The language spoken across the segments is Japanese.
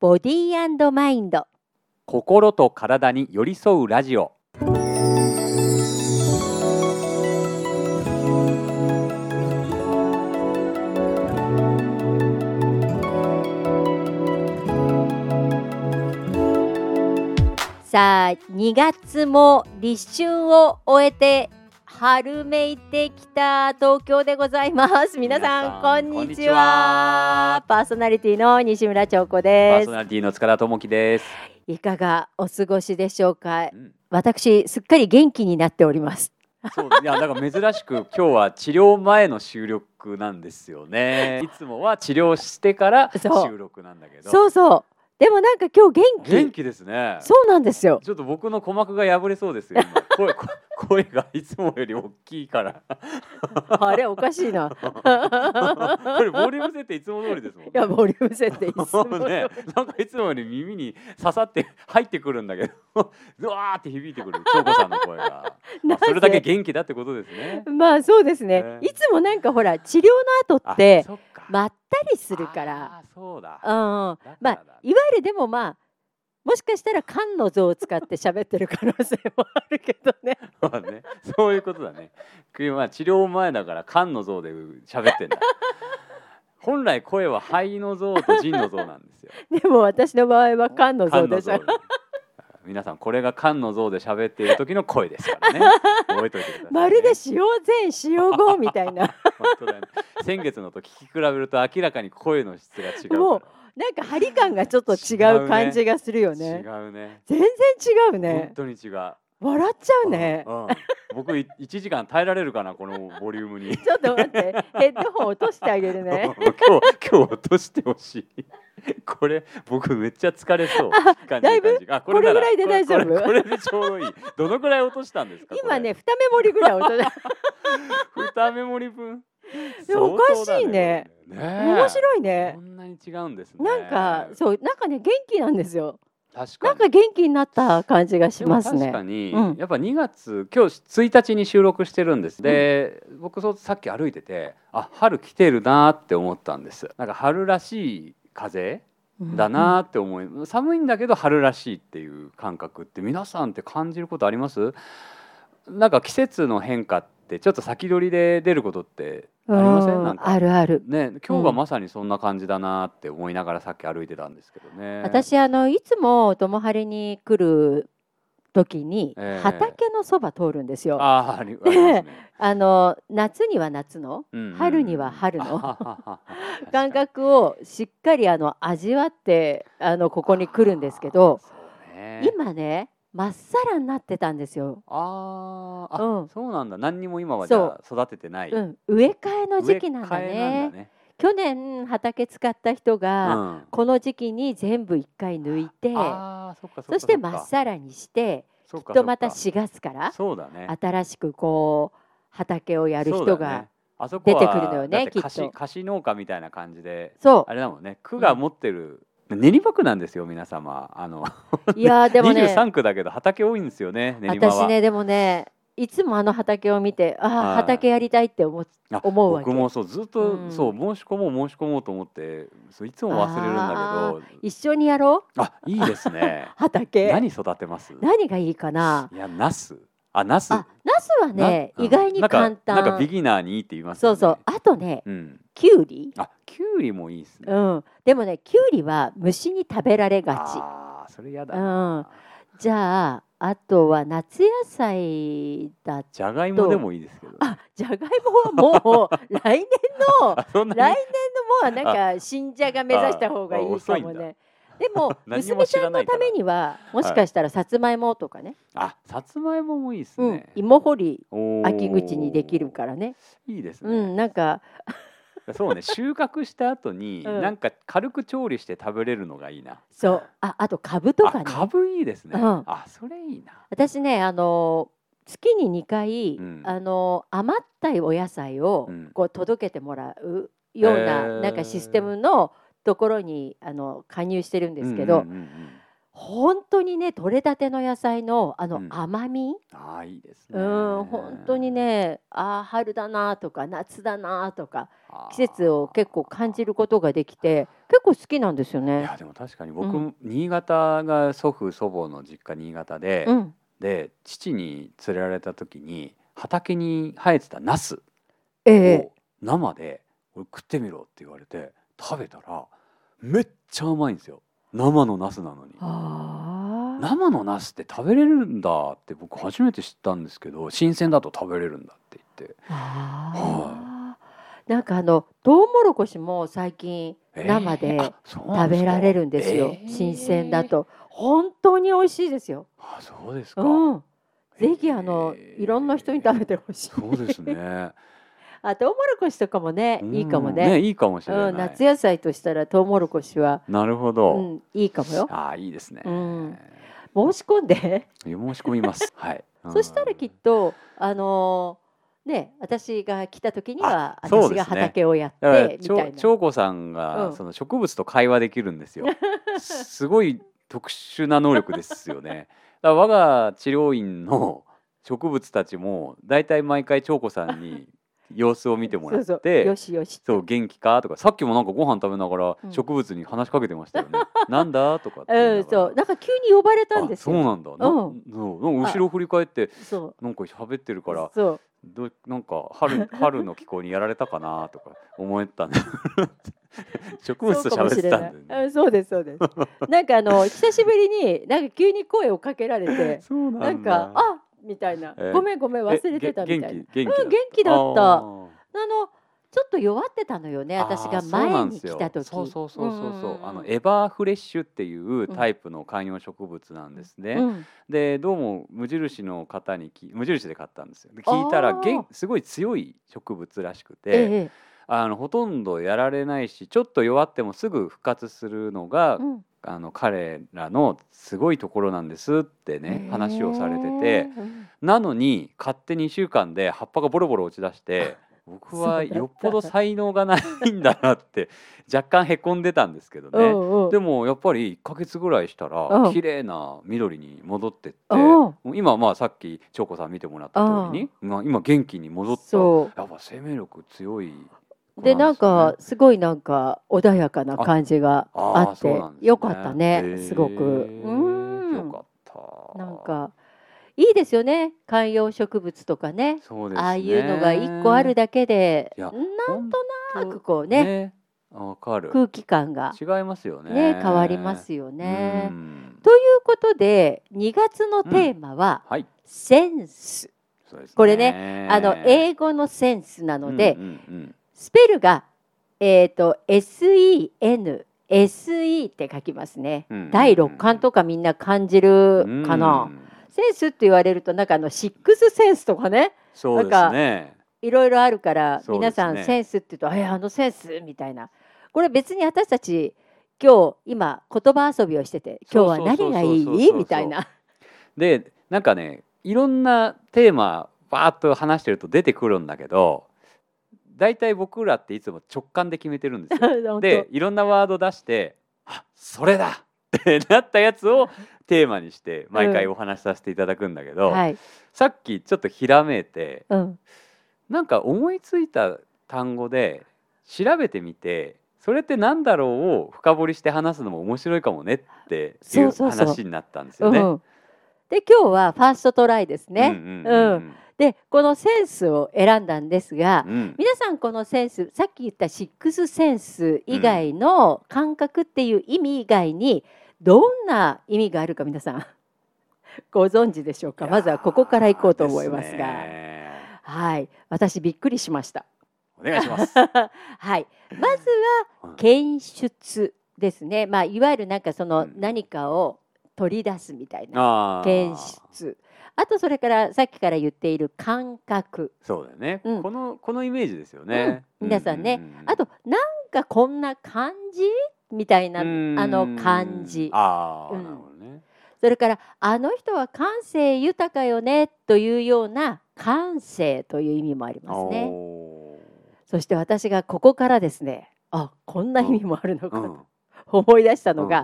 ボディーマインド心と体に寄り添うラジオさあ2月も立春を終えて春めいてきた東京でございます皆さん皆さんこんにちこんにちははパーソナリティの西村彫子パでーすソナリティの塚田智樹です、いかがお過ごしでしょうかうん私すっかり元気になっておりますそういやなんか珍しく今日は治療前の収録なんです よねいつもは治療してからそう収録なんだけどそうそうでもなんか今日元気元気ですねそうなんですよ ちょっと僕の鼓膜が破れそうですよ今声こ声がいつもより大きいから あれおかしいなこれ ボリューム設定いつも通りですもんいやボリューム設定いつももう ね、なんかいつもより耳に刺さって入ってくるんだけど、 ずわーって響いてくる、京子さんの声が。ま なあぜそれだけ元気だってことですね。 まあそうですね、ねいつもなんかほら治療の後ってそっかまったりするからあー。そうだ。うんうんだからだまあいわゆるでもまあもしかしたら缶の像を使って喋ってる可能性もあるけど ねまあね、 そういうことだね。くまあ治療前だから、肝の像で喋って んだ。本来声は肺の像と腎の像なん ですよ。でも私の場合は缶の像肝でしょだ皆さんこれが肝の像で喋っている時の声ですからね。覚えておいてください、ね。まるで使用前使用後みたい な本当だよね。先月のと聞き比べると明らかに声の質が違うから。もうなんか張り感がちょっと違違ううね感じがするよね違うね。全然違う本ね当に違う。笑っちゃうねうんうん僕い一時間耐えられるかなこのボリュームに。ちょっと待ってヘッドホン落としてあげる 今 ね日今日落としてほしい。これ僕めっちゃ疲れそう。感じだいぶ感じあこなこれぐらいで大丈夫これこれこれでちょうどいい。どのくらい落としたんですか。これ今ね。二目盛りぐらい落と二メモリ分。でもおかしいね相当だね。ねえ面白いねこんなに違うんですね。なんかそうなんかね元気なんですよ確かなにんか元気になった感じがしでもますね確かに、うんやっぱ2月今日1日に収録してるんですで、僕そうさっき歩いててあ春来てるなーって思ったんですなんか春らしい風だなーって思い、寒いんだけど春らしいっていう感覚って皆さんって感じることありますなんか季節の変化ってちょっと先取りで出ることってあうりませんんなんかあるあるね今日がまさにそんな感じだなーって思いながらさっき歩いてたんですけどね、私あのいつも友晴に来る時にええ畑のそば通るんですよ、ああーありありま すね、の夏には夏のうんうんうん春には春のあははは感覚をしっかりあの味わってあのここに来るんですけど、あーそうね今ねまっさらになってたんですよ、あーあ、うんそうなんだ何にも今はじゃあ育ててない、うん、植え替えの時期なんだ植え替えなねんだね去年畑使った人が、うんこの時期に全部一回抜いてあーそっかそっかそしてまっさらにしてきっとまた4月からそうだね新しくこう畑をやるそ人うだねがあそこは出てくるのよねだってきっ貸しと貸し農家みたいな感じでそあれだもんね区が持ってる、練馬区なんですよ皆様あのうい やーでも二十ね三区だけど畑多いんですよね練馬は私ねでもねいつもあの畑を見てあはいあ畑やりたいって思っあ思うわけ僕もそうずっと、うんそう申し込もう申し込もうと思ってそういつも忘れるんだけど一緒にやろうあいいです ね畑何育てます何がいいかないやナスあナスあナスはねなうん意外に簡単なんかなんかビギナーにいいって言いますそようねそうあとねうんきゅうりあキュウリもいいですねうんでもねきゅうりは虫に食べられがちあーそれやだうんなじゃああとは夏野菜だじゃがいもでもいいですけどあじゃがいもはもう来年のあそんなに来年のもうなんか新じゃが目指した方がいいかもああ遅いんだね。でも 何も娘知ちゃらんなのいかたらめにはもしかしたらさつまいもとかね、あさつまいももいいですうんね、芋掘りおー秋口にできるからね、いいですうね、ん、なんかそうね収穫した後に、うんなんか軽く調理して食べれるのがいいなそうああと株とかあねかぶいいですね、うんあそれいいな私ねあの月に2回、うんあの余ったお野菜をうんこう届けてもらうような、へーなんかシステムのところにあの加入してるんですけど、うんうんうんうん本当にね取れたての野菜のあのうん甘み、ああいいですね。うん、本当にねああ春だなとか夏だなとかあー季節を結構感じることができて結構好きなんですよいねや。でも確かに僕、うん新潟が祖父祖母の実家新潟で、うん、で父に連れられた時に畑に生えてたナスええを生で「これ食ってみろ」って言われて食べたらめっちゃ甘いんですよ生のナスなのに。ああ生のナスって食べれるんだって僕初めて知ったんですけど新鮮だと食べれるんだって言ってああなんかあのトウモロコシも最近えー生であそうな食んですべかられるんですよ、えー新鮮だと本当に美味しいですよ。あそうですか、うん、ぜひあの、えーいろんな人に食べてほしい。そうですね あトウモロコシとかもねいいかもうんね。いいかもしれない、うん、夏野菜としたらトウモロコシは、なるほうど、ん、いいかもよ。ああいいですね、うん申し込んで、申し込み ます。はい。そしたらきっとあのーね私が来た時にはあそうです私ねが畑をやって、だからみたいな。長子さんが、うんその植物と会話できるんで すよ。すごい特殊な能力ですよね。だから我が治療院の植物たちもだいたい毎回長子さんに様子を見てもらって。そそううそうよしよしって元気かとかさっきもなんかご飯食べながうんら植物に話しかけてまし たよね。なんだとかって言いながら。うん、そうなんか急に呼ばれたんあですそうよ。なんだ。なうんそうなんか後ろ振り返ってそうなんか喋ってるからそうどなんか 春春の気候にやられたかなとか思ったんで植物とそうかも喋しってれたない。んだようね。ん、そうですそう です。なんかあの久しぶりになんか急に声をかけられて、そうななんかあみたいな、えーごめんごめん忘れてたみたいな。元気元気うん元気だったあーあのちょっと弱ってたのよねあー私がそうな前んでにすよ来た時そうそうそうそうそう,、あのえエバーフレッシュっていうタイプの観葉植物なんですね、うんでどうも無印の方にき無印で買ったんですよで聞いたらあー元すごい強い植物らしくて、ええあのほとんどやられないしちょっと弱ってもすぐ復活するのがうんあの彼らのすごいところなんですってね話をされててうんなのに勝手に1週間で葉っぱがボロボロ落ち 出して僕そうだはったよっぽど才能がないんだなって若干へこんでたんですけどうね。んうんでもやっぱり1ヶ月ぐらいしたらうん綺麗な緑に戻ってってうんもう今はまあさっき長子さん見てもらった通りにまあ今元気に戻ったそやっぱ生命力強い子うでなんですねかすごいなんか穏やかな感じがああーっそうてなんですねよかったへねーすごくうんよかった。なんかいいですよね観葉植物とかねそうですね。ああいうのが一個あるだけでいなやんとなくくこうねわかる。空気感が違いますよね。ね変わりますよねう。んということで2月のテーマははい。 「センスそうですこれね」あの英語のセンスなので、うんうんスペルが、えー、と SEN SE って書きますね、うん第六感とかみんな感じうるんかな、うんセンスって言われるとなんかあのシックスセンスとかねそうですね。いろいろあるから、そうで皆すねさんセンスって言うと「えあのセンス」みたいなこれ別に私たち今日今言葉遊びをしてて今日は何がいそうそうそうそうそういそうみたいな。でなんかねいろんなテーマバーっと話してると出てくるんだけど。大体僕らっていつも直感で決めてるんですよ 本当でいろんなワード出して「あそれだ!」 ってなったやつをテーマにして毎回お話しさせていただくんだけど、はい、さっきちょっとひらめいてうん、なんか思いついた単語で調べてみてそれってなんだろうを深掘りして話すのも面白いかもねっていそううそうそう話になったんですうよね。ん。で今日はファーストトライですね。うんうんでこのセンスを選んだんですがうん、うん皆さんこのセンスさっき言ったシックスセンス以外の感覚っていう意味以外にどんな意味があるか皆さん ご存知でしょうかまずはここからいこうと思いますいやがーですねはい私びっくりしましたお願いし ます。はいまずは検出ですねまあいわゆるなんかそうのん何かを取り出すみたいなあー検出あとそれからさっきから言っている感覚そうだよね、うんこのこのイメージですよね。うん皆さんねうううあとなんかこんな感じみたいなあうんの感じあーうんなるほどね。それからあの人は感性豊かよねというような感性という意味もありますねおそして私がここからですねあこんな意味もあるのーかと思い出したのうんが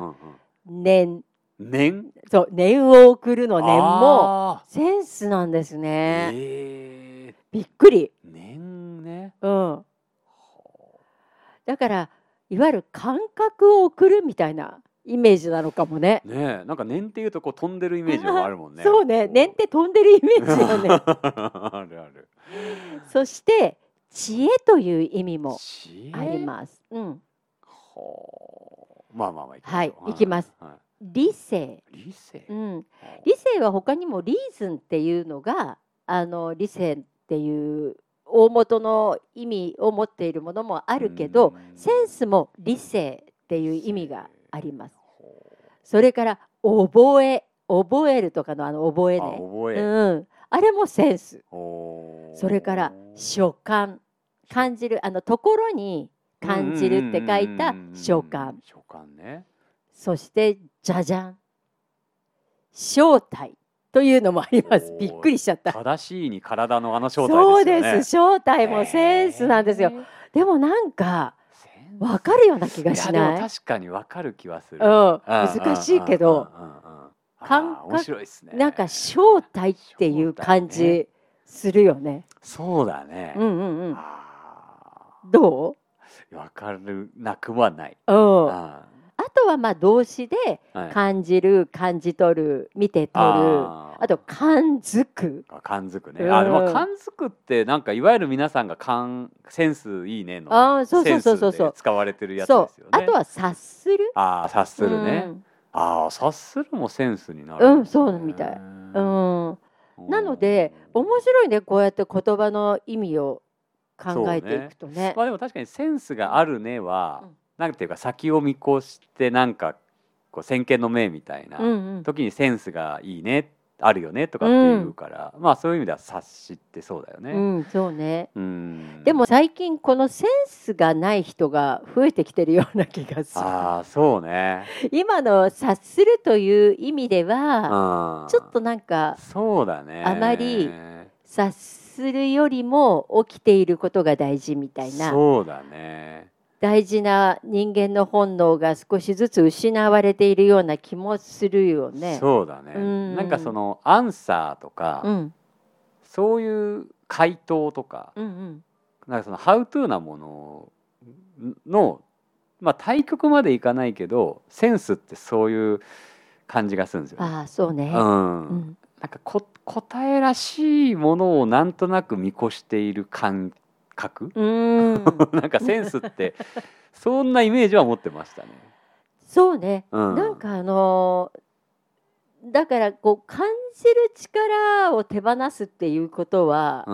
うんうん念年そう念を送るの念もあセンスなんですーね、えびっくり、ー年ねうん、だからいわゆる感覚を送るみたいなイメージなのかもねねえなんか年っていうとこう飛んでるイメージもあるもんねそうね念って飛んでるイメージよね あるあるそして知恵という意味も知恵あります、うん、ほうまあまあまあはい行きます、は理性、い理性うん、理性は他にもリーズンっていうのがあの理性っていう大元の意味を持っているものもあるけどうんセンスも理性っていう意味があります。ほそれから覚え覚えるとかのあの覚うえあね覚えうん、あれもセンスほうそれから所感感じるあのところに感じるって書いた所うんうんうんうんうん感書簡ねそしてじゃじゃん正体というのもありますおーびっくりしちゃった正しいに体のあの正そう体でですすよね正体もセンスなんですよ、えーでもなんかセンスわかるような気がしやなでいも確かにわかる気はするううんん、うん難しいけどうんうんうんうんあー感覚面白いですねなんか正体っていう感正体ねじするよねそうだねうんうんあうんどーわかるなくはない。う、うん、ああとはまあ動詞でーはい感じる感じ取る見て取るああーと感づくあ感づくね。うんあでも感づくってなんかいわゆる皆さんが感センスいいねのあーそうそうそうそうセそンスうで使われてるやつでそすうよね。あとは察するあー察するね。うんああ察するもセンスになる、うんそうみたいうん、うんなので面白いねこうやって言葉の意味を考えていくとねまあでも確かにセンスがあるねは、うんなんていうか先を見越してなんかこう先見の明みたいな、うんうん時にセンスがいいねあるよねとかっていうから、まあそういう意味では察しってそうだようね。ん、そうねうん、でも最近このセンスがない人が増えてきてるような気がすああそうね。る今の察するという意味ではあちょっとなんかそうだね。あまり察するよりも起きていることが大事みたいなそうだね。大事な人間の本能が少しずつ失われているような気もするよね。そうだね。うんなんかそのアンサーとか、うんそういう回答とか、うんうんなんかそのハウトゥーなもののまあ対極までいかないけどセンスってそういう感じがするんですよね。ああそうね、ううんんなんかこ答えらしいものをなんとなく見越している感覚、 うーんなんかセンスってそんなイメージは持ってましたね。そうね、うんなんかあのーだからこう感じる力を手放すっていうことは、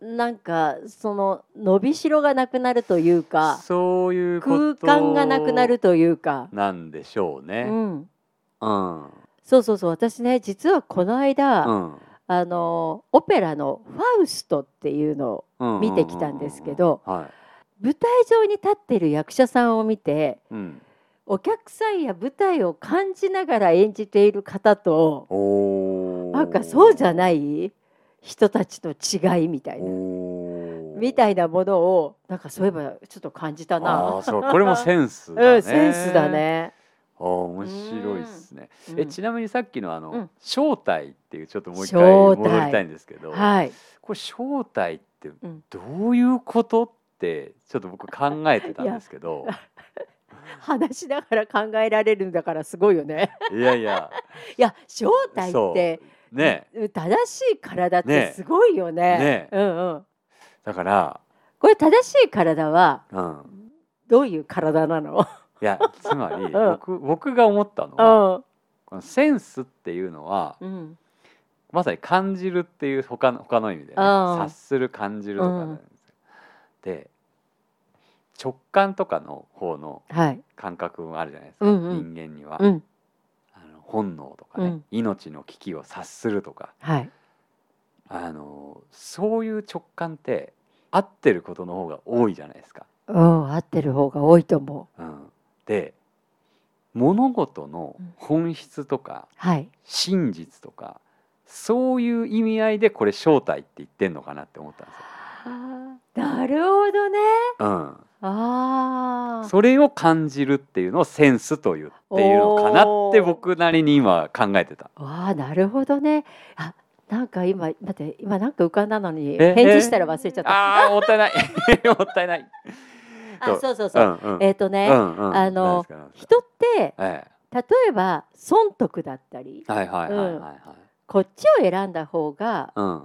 うん、なんかその伸びしろがなくなるというかそういうこ空と間がなくなるというか、なんでしょううね。ん、うん、うん、そうそうそう私ね実はこの間、あのーオペラの「ファウスト」っていうのをうん見てきたんですけど、うんうんうんはい、舞台上に立ってる役者さんを見てうん、お客さんや舞台を感じながら演じている方とおなんかそうじゃいない人たちの違いみたいなおみいたいなものをなんかそういえばちょっと感じたあなー。そうこれもセンスだね。 うん、センスだ。ね。あー面白いですね。えうんちなみにさっきのあの、うん正体っていうちょっともう一回正戻体りたいんですけど、はい。これ正体ってんどういうことってちょっと僕考えてたんですけど話しながら考えられるんだからすごいよね。いやいやいや、正体って、そうねうん正しい体ってねすごいよね。ねうんうん。だから、これ正しい体はうん、どういう体なの？いやつまりうん僕僕が思ったのうはんこのセンスっていうのはうんまさに感じるっていう他の他の意味で、ね、うん察する感じるとかなんですよ、で直感とかの方のはい感覚もあるじゃないですか、うんうん人間には、うんあの本能とかね、うん命の危機を察するとかはいあのそういう直感って合ってることの方が多いじゃないですか。うん合ってる方が多いと思う。うん、で物事の本質とかはい。真実とかそういう意味合いでこれ正体って言ってんのかなって思ったんですよ。なるほどね。うん、ああ。それを感じるっていうのをセンスと言っているのかなって僕なりに今考えてた。わあ、なるほどね。あ、なんか今、待って、今なんか浮かんだのに、え返事したら忘れちゃった。ああもったいない もったいない。あ、そうそうそう。うんうんえっ、とね、うんうんあのなんですかなんですか人って、え例えば損得だったり、えはいはいはいはいはい。こっちを選んだ方がうん。あ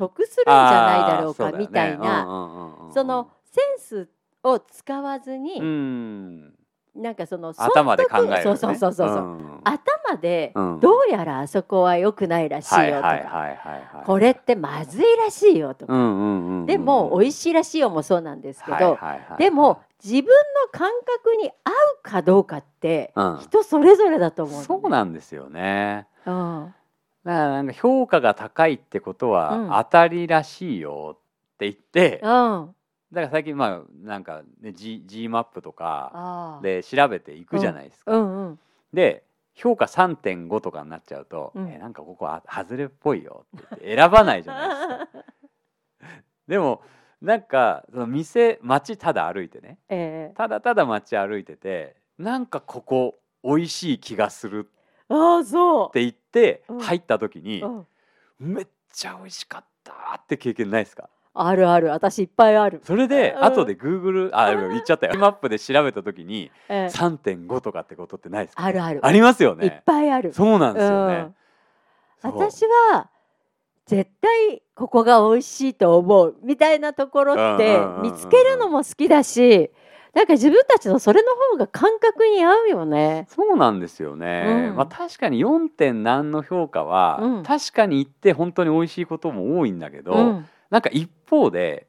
得するんじゃないだろうかみたいな、なそのセンスを使わずに、うんなんかその損得頭で考えるね。そうそうそうそうそう。ん頭でうんどうやらあそこは良くないらしいよはといか、はいはいはいはい。これってまずいらしいよとか、うんうんうんうん。でも美い味しいらしいよもそうなんですけど、はいはいはいでも自分の感覚に合うかどうかってうん人それぞれだと思う、そうなんですよね。のね。だからなんか評価が高いってことうんは当たりらしいよって言って、うん。うん。だから最近まあなんかね G, G マップとかああ。で調べていくじゃないですか。うんうん。で評価3.5とかになっちゃうと、うんえなんかここは外れっぽいよって言って選ばないじゃないで すか。でもなんかその店街ただ歩いてねええただただ街歩いててなんかここ美味しい気がするああそって言ってうん入った時に、う。うんめっちゃ美味しかったって経験ないですかあるある。私いっぱいある。それでうん後で Google あ言っちゃったよマップで調べた時にええ3.5とかってことってないですかあるある。ありますよいっねぱいある。そうなんですよね、うん。そう私は絶対ここが美味しいと思うみたいなところってうんうんうんう見んつけるのも好きだし、なんか自分たちのそれの方が感覚に合うよね。そうなんですよね、うんまあ確かに 4. 点何の評価は、うん確かに言って本当に美味しいことも多いんだけど、うん。なんか一方で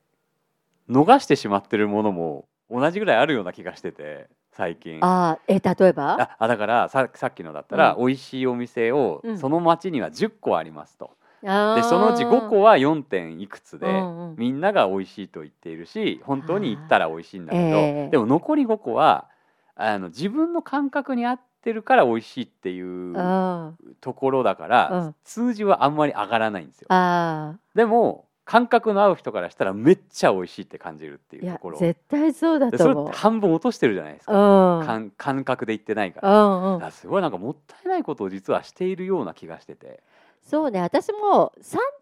逃してしまってるものも同じぐらいあるような気がしてて最近ああ、え例えば？ああだからささっきのだったら、う美味しいお店を、うんその町には10個ありますとででそのうち5個は4点いくつで、うんうんみんなが美味しいと言っているし本当に行ったら美味しいんだけど、ええでも残り5個はあの自分の感覚に合ってるから美味しいっていうあところだから、うん数字はあんまり上がらないんですよ。あでも感覚の合う人からしたらめっちゃ美味しいって感じるっていいうやところで絶対そうだそとれ思っうて。半分落としてるじゃないですうか、ん、うん感感覚で言ってないから。うん、あすごいなんかもったいないことを実はしているような気がしててそうね私も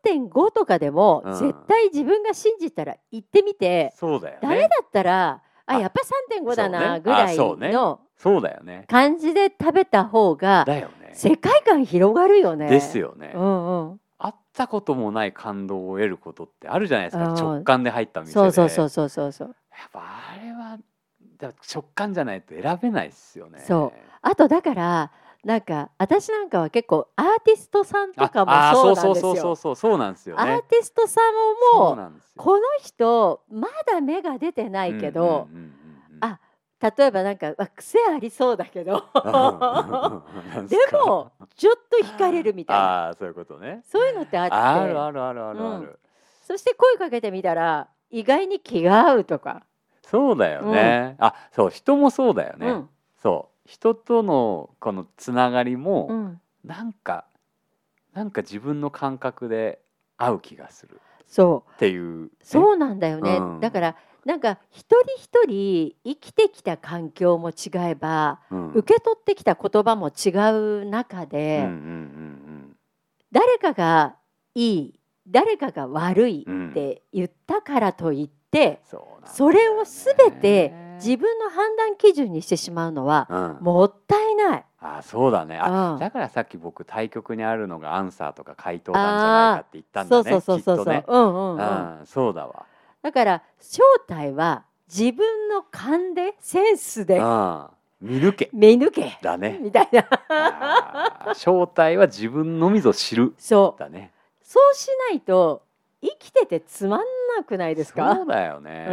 3.5とかでも、うん絶対自分が信じたら行ってみてそうだよ誰だったらああやっぱ3.5だそうねなあぐらいそうねのそうだよね感じで食べた方がだよね世界観広がるよね。ですよね、うんうん、会ったこともない感動を得ることってあるじゃないですうかん直感で入った店でそうそうそうそうそうそう。やっぱあれはだ直感じゃないと選べないっすよねそあとだからなんか私なんかは結構アーティストさんとかもああそそううなんそうですそうそうよ。そうそうなんですよアーねティストさんそももうなんですよこの人まだ芽が出てないけど、うんうんうんうんあ例えばなんかわ癖ありそうだけどう んで もちょっと惹かれるみたいなああそういうことねそういうのってあってあるあるあるあるある、うんそして声かけてみたら意外に気が合うとか、そうだよね、あそう人もそうだよね、うんそう人とのこのつながりも、うん、なんかなんか自分の感覚で合う気がするそうっていう、ね、そうなんだよね、うんだからなんか一人一人生きてきた環境も違えばうん、うん、受け取ってきた言葉も違う中で、うんうん誰かがいい誰かが悪いうんって言ったからといって、そうなんだよねそれをすべて自分の判断基準にしてしまうのはうん、もったいない。あそうだねあ、うんだからさっき僕対局にあるのがアンサーとか回答なんじゃないかって言ったんそだうねそうそうそうそきっう。とね、うんうんうん。うん、そうだわだから正体は自分の勘でセンスでうん見抜け目抜けだねみたいな。あー正体は自分のみぞ知る そう。だねそうしないと生きててつまんなくないですそかう？だよね、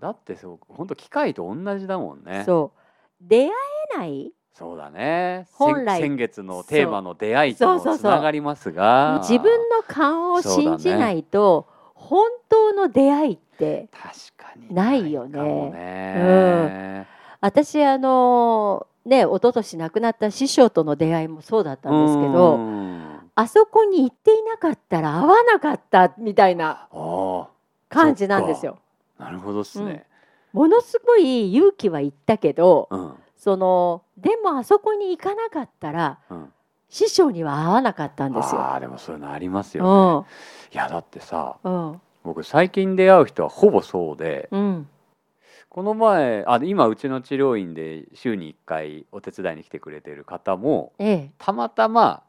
だってそう本当機械と同じだもんねそうそう。出会えないだね本来先先月のテーマの出会いとそうそうそもうつそうながりますが自分の勘を信じないと本当の出会いって確かにないよねないかもね私あのね一昨年亡くなった師匠との出会いもそうだったんですけど、うんあそこに行っていなかったら会わなかったみたいなあー感じなんですよ。なるほどですね。ものすごい勇気はいったけど、うん。そのでもあそこに行かなかったらうん。師匠には会わなかったんですよ。ああ、でもそういうのありまうすよんね。いや、だってさ、うん僕最近出会う人はほぼそうで、うんこの前、あ、今うちの治療院で週に1回お手伝いに来てくれてる方も、ええたまたま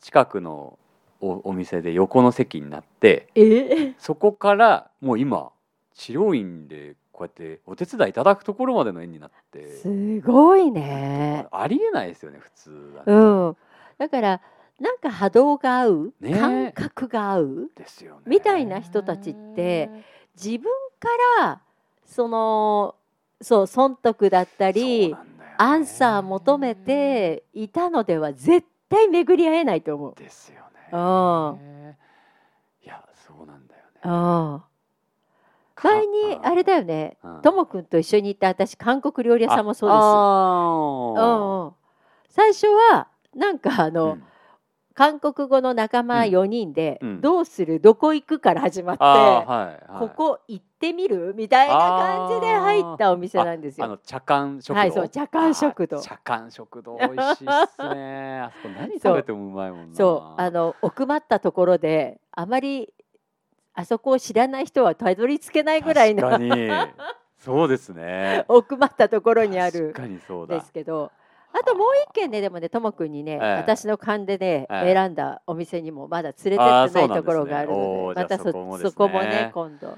近くのおお店で横の席になって、ええそこからもう今治療院でこうやってお手伝いいただくところまでの縁になってすごいね。ありえないですよね普通は、うん、だからなんか波動が合う、ねえ感覚が合うですよねみたいな人たちって自分からそのそう損得だったり、アンサー求めていたのでは絶対巡り合えないと思う。ですようんねいやそうなんだようねん、前にあれだよねうんともくんと一緒にいた私韓国料理屋さんもそうです。うんうん、最初はなんかああーの、うん韓国語の仲間うん4人で、うんどうするどこ行くから始まって、あーはいはいここ行ってみるみたいな感じで入ったお店なんですあよ。の茶館食堂はいそう茶館食堂あー茶館食堂美味しいっ すねあそこ何食べてもうまいもんなそうあの奥まったところであまりあそこを知らない人はたどり着けないぐらいの確かにそうです ね奥まったところにある確かにそうんだですけどあともう一軒ねでもねともくんにね、ええ私の勘でね、ええ選んだお店にもまだ連れてってあなーいそうなんですねところがあるのでおーじゃあまたそそこもですねそこもね今度い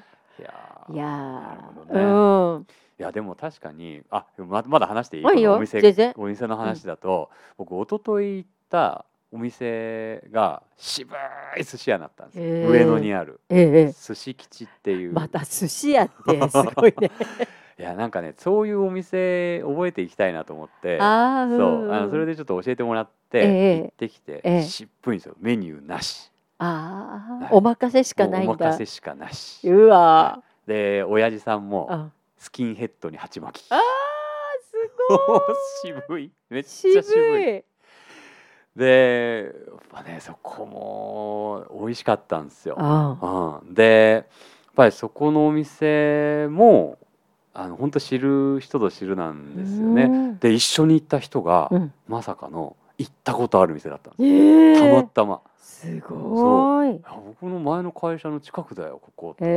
やーいやなるほーどね、いうんやでも確かにあままだ話していいあいいよこのお店全然お店の話だと、僕一昨日行ったお店が渋い寿司屋だったんですよ、へー上野にあるええ、寿司吉っていう、また寿司屋って すごいね。いやなんかねそういうお店覚えていきたいなと思ってああ、そうあのそれで。でちょっと教えてもらっええて行ってきて、ええ渋いんですよメニューなしあはあ、いお任せしかないもうんお任だせ。しかなしうわで親父さー。んもあ、スキンヘッドに鉢巻きあー 渋いめっすごい。ちゃ渋い渋い。でやっぱねそこも美味しかったんですよ、ああ、うん、でやっぱりそこのお店もあの本当知る人ぞ知るなんですよねね。で一緒に行った人が、うん。まさかの行ったことある店だったんでえすたまえ。たますごいい。や僕の前の会社の近くだよここってえ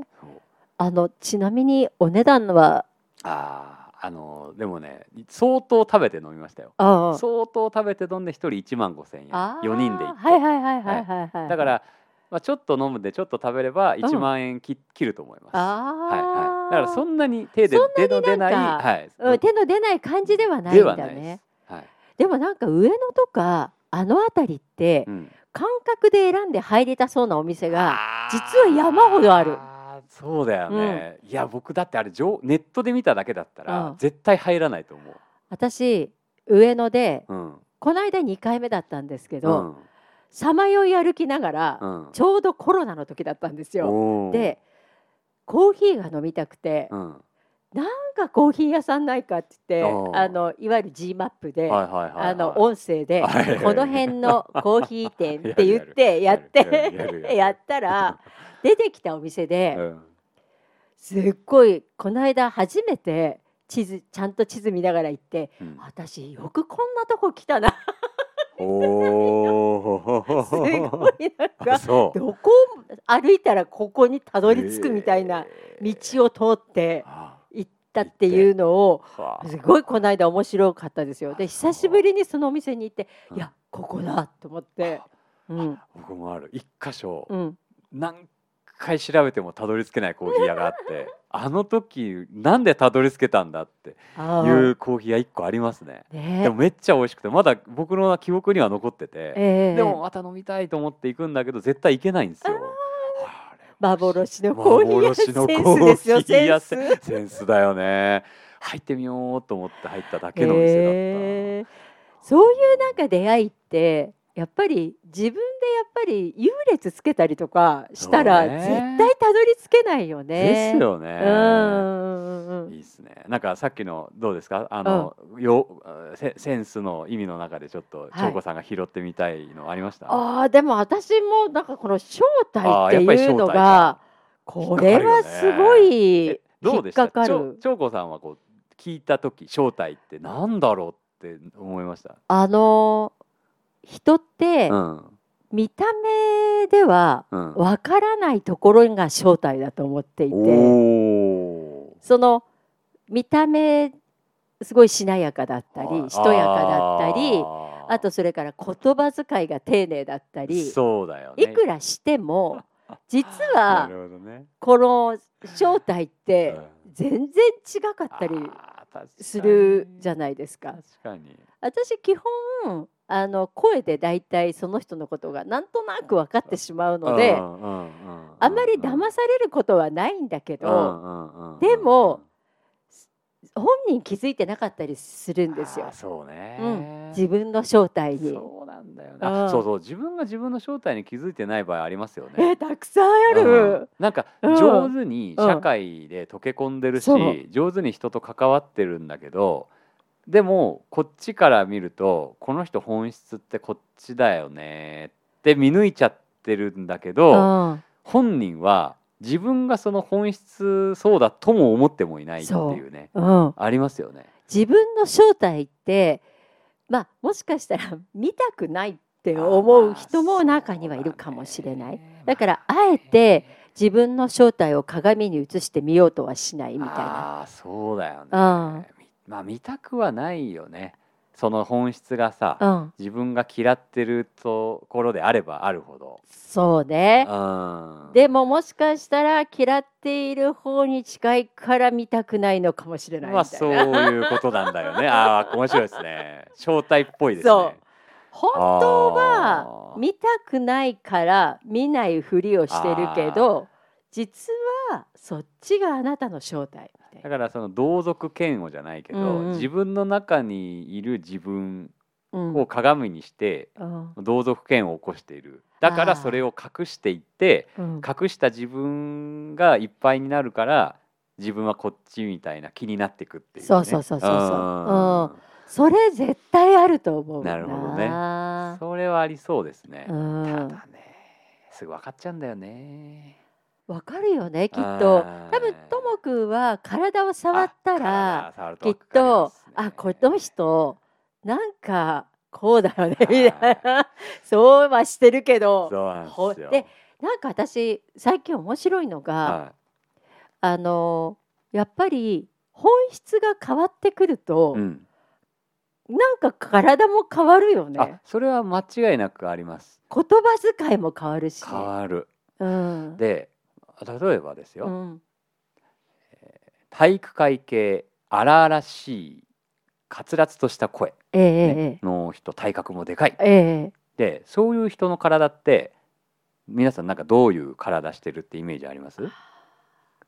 え。そうあの、ちなみに、お値段は。あーあのでもね相当食べて飲みましたよああ。相当食べて飲んで1人1万5,000円ああ4人で行って、はいはいはいはいはいはい。だか。ら、まあ、ちょっと飲むんでちょっと食べればん1万円き、切ると思います、はあいあ。はい、だからそんなに手でそんな出にの出ななんい、かはい、うん、手の出ない感じではないでんはだないでねす。、はいでもなんか上野とかあの辺りってうん、感覚で選んで入れたそうなお店が実は山ほどあるーそうだよね、いや僕だってあれ情ネットで見ただけだったら、うん絶対入らないと思う、私上野でうんこの間2回目だったんですけうどんさまよい歩きながらうん、ちょうどコロナの時だったんですよ。おー、でコーヒーが飲みたくてうん、はなんかコーヒー屋さんないかって言っおてーあのいわゆる G マップいで。はいはい、はい、あの音声ではいはいはいこの辺のコーヒー店って言ってや やっるやるやるやるやて るやったら出てきたお店でうんすっごいこの間初めて地図ちゃんと地図見ながら行ってうん、私よくこんなとこ来 たな す おーごいなんあかそうどこを歩いたらここにたどり着くみたいな道を通ってあ行ったっていうのをはあすごいこの間面白かったですよ。で久しぶりにそのお店に行ってうんいやここだと思って、うん僕もある一箇所、うん、何回調べてもたどり着けないコーヒー屋があって あの時なんでたどり着けたんだっていあーうコーヒー屋一個ありますねでねもめっちゃ美味しくてまだ僕の記憶には残ってえてえでもまた飲みたいと思って行くんだけど絶対行けないんですよあれ幻のコーヒー屋セ幻のンスですよコーヒーセン屋ス。センスセンスだよね入ってみようと思って入っただけのお店だった、へーそういうなんか出会いってやっぱり自分でやっぱり優劣つけたりとかしたらそう絶ね対たどり着けないよね。ですようねん、うんうんうんいいですね。なんかさっきのどうですか？あの、よあセセンスの意味の中でちょっとはい長子さんが拾ってみたいのありました？あーでも私もなんかこの正体あーっていうのがこれはすごいど引うでっしたかちょかうる。長子さんはこう聞いた時正体ってなんだろうって思いました、あの人ってうん見た目ではうん、わからないところが正体だと思っていておーその見た目すごいしなやかだったりしとやかだったりあーあとそれから言葉遣いが丁寧だったりそうだよねいくらしても実なは るほどねこの正体ってう全然違かったりあー確かにするじゃないですか確。かに私基本あの声で大体その人のことがなんとなく分かってしまうのでうんうんうんうんあまり騙されることはないんだけうんどうんうんうんでも本人気づいてなかったりするんですあよーそうね、うん自分の正体に。そうなんだよね、うあんそうそう自分が自分の正体に気づいてない場合ありますよねえーたくさんあうんる、なんかうん上手に社会で溶け込んでるし、そう上手に人と関わってるんだけどでもこっちから見るとこの人本質ってこっちだよねって見抜いちゃってるんだけうどん本人は自分がその本質そうだとも思ってもいないっていうねうん、ありますよね。自分の正体ってまあもしかしたら 見たくないって思う人も中にはいるかもしれない。だからあえて自分の正体を鏡に映してみようとはしないみたいな。ああーそうだよね。うんみまあ見たくはないよね。その本質がさ、うん、自分が嫌ってるところであればあるほど。そうね。うんでももしかしたら嫌っている方に近いから見たくないのかもしれないみまあたいそうな。いうことなんだよね。 ああ面白いですね。正体っぽいですね。そう本当はあー見たくないから見ないふりをしてるけど実はそっちがあなたの正体みただいからその同族嫌悪じゃないけど、うんうん自分の中にいる自分な。うんを鏡にしてうん同族嫌悪を起こしている。だかあらーそれを隠していってうん隠した自分がいっぱいになるから自分はこっちみたいな気になっていくっていう、ね。そうそうそうそうそうんそれ絶対あると思うなるほどねなそれはありそうですね。うんただね、すぐ分かっちゃうんだよね。わかるよねきっとあー多分ともくんは体を触ったらあ体触るきっ分かりまとすねあこの人なんかこうだよねみたいな そうはしてるけどそうなんですほよ。でなんか私最近面白いのがはあのやっぱり本質が変わってくるいとうんなんか体も変わるよねあそれは間違いなくあります。言葉遣いも変わるしね変わる。うんで、例えばですよ、うん体育会系荒々しいはつらつとした声、ええねえの人体格もでかいえ。ええで、そういう人の体って皆さんなんかどういう体してるってイメージあります？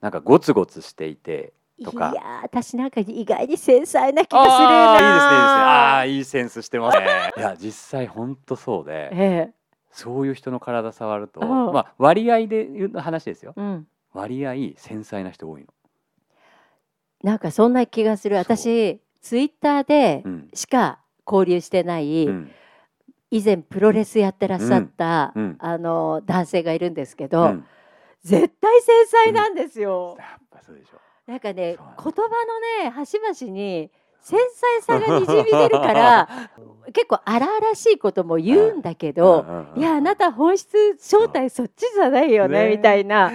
なんかゴツゴツしていてとかいやー私なんか意外に繊細な気がするあなあいいですねいいですねああーいいセンスしてま すねいや実際ほんとそうでええそういう人の体触ると、うんまあ割合で言う話ですようん、割合繊細な人多いの、なんかそんな気がするそう私ツイッターでうんしか交流してない、うん以前プロレスやってらっしゃった、うんうんあの男性がいるんですけうど、ん、絶対繊細なんですよ、やっぱそうでしょなんかね言そうなんだ葉のね端々に繊細さがにじみ出るから 結構荒々しいことも言うんだけど、いやあなたた本質正体そっちじゃないよねねみたいな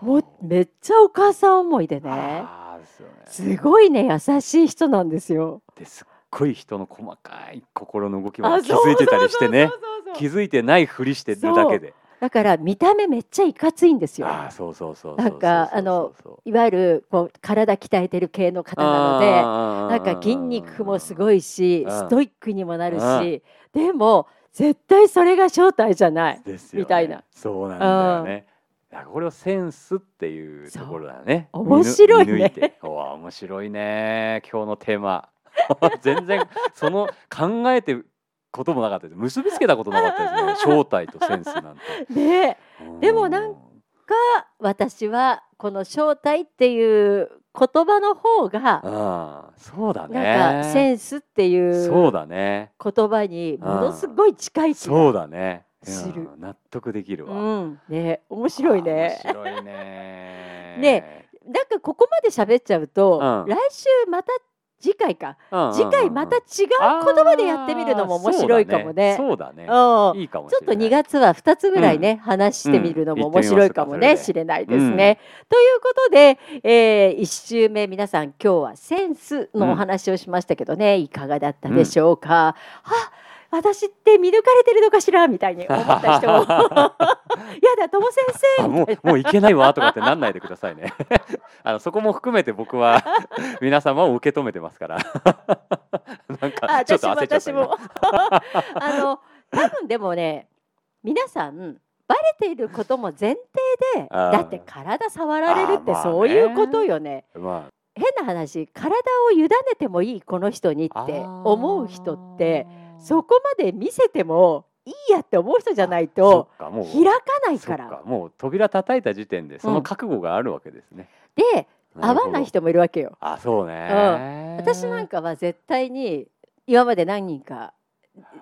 もうめっちゃお母さん思いでねああですよねすごいね優しい人なんですよ。ですっごい人の細かい心の動きまあで気づいてたりしてねそうそうそうそう気づいてないふりしてるだけでだから見た目めっちゃいかついんですよ。ああそうそうそうなんかあのいわゆるこう体鍛えてる系の方なのでななんか筋肉もすいごいしうんストイックにもなるしでも絶対それが正体じゃない。ですよねみたいなそうなんだよねいやこれをセンスっていうところだよねそう面白いね見抜見抜いてうわ面白いね今日のテーマ 全然その考えてこともなかったです結びつけたことなかったですね正体とセンスなんてねう んでもなんが私はこの正体っていう言葉の方がああそうだねなんかセンスっていそううだね言葉にものすごい近い気がそうだねすいるや。ー納得できるわ、うん、ね、面白いね。面白いね ねなんかここまで喋っちゃうと、うん来週また次回か、うんうんうん次回また違う言葉でやってみるのも面白いかもね。そうだねうそうだねんいいかもしちょっとれない2月は2つぐらいね、話してみるのも面白いかもね、うん行ってみますかそれでしれないですね。ということで、え1週目皆さん今日はセンスのお話をしましたけどね、いかがだったでしょうか。あ私って見抜かれてるのかしらみたいに思った 人もやだ友先あもうもういけないわとかってなんないでくださいね あのそこも含めて僕は 皆様を受け止めてますから なん生かあちょっ私とも焦っちゃった私今もあの多分でもね皆さんバレていることも前提であーだって体触られるってあーまあねそういうことよね。ま変な話体を委ねてもいいこの人にあって思う人ってあーそこまで見せてもいいやって思う人じゃないとそっかもう開かないそかっらかもう扉叩いた時点でその覚悟があるわけですね、でる合ほどわない人もいるわけよ。あそうね、私なんかは絶対に今まで何人か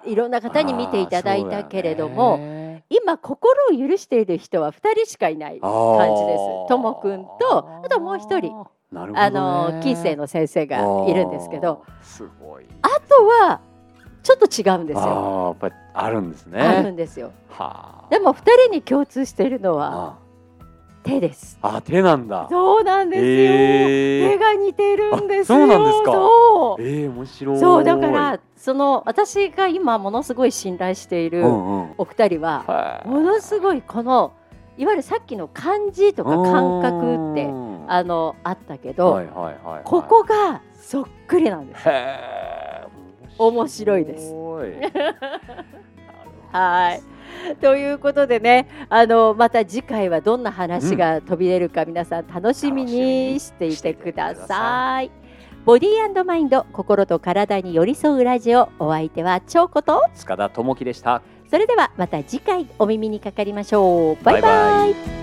いろんな方に見ていただいたけれども、今心を許している人は2人しかいない感じです。ともくんとあともう一人なるほど、ね、あの近世の先生がいるんですけどあーすごいあとはちょっと違うんですあよ。ーやっぱりあるんですねあるんですよ。はあでも二人に共通しているのはあ手です。あ手なんだそうなんですよ。え手ー、が似てるんですよ。あそうなんですかそえうー、面白いそうだからその私が今ものすごい信頼していうるんうんお二人ははいものすごいこのいわゆるさっきの感じとか感覚ってうんあのあったけど、はいはいはいはいここがそっくりなんです。へえ面白いです面白い はいということでねあのまた次回はどんな話が飛び出るか皆さん楽しみにしていてくだ楽しみさにしていてください。ボディーマインド心と体に寄り添うラジオお相手は蝶子と塚田智樹でしたそれではまた次回お耳にかかりましょうバイバイバイバイ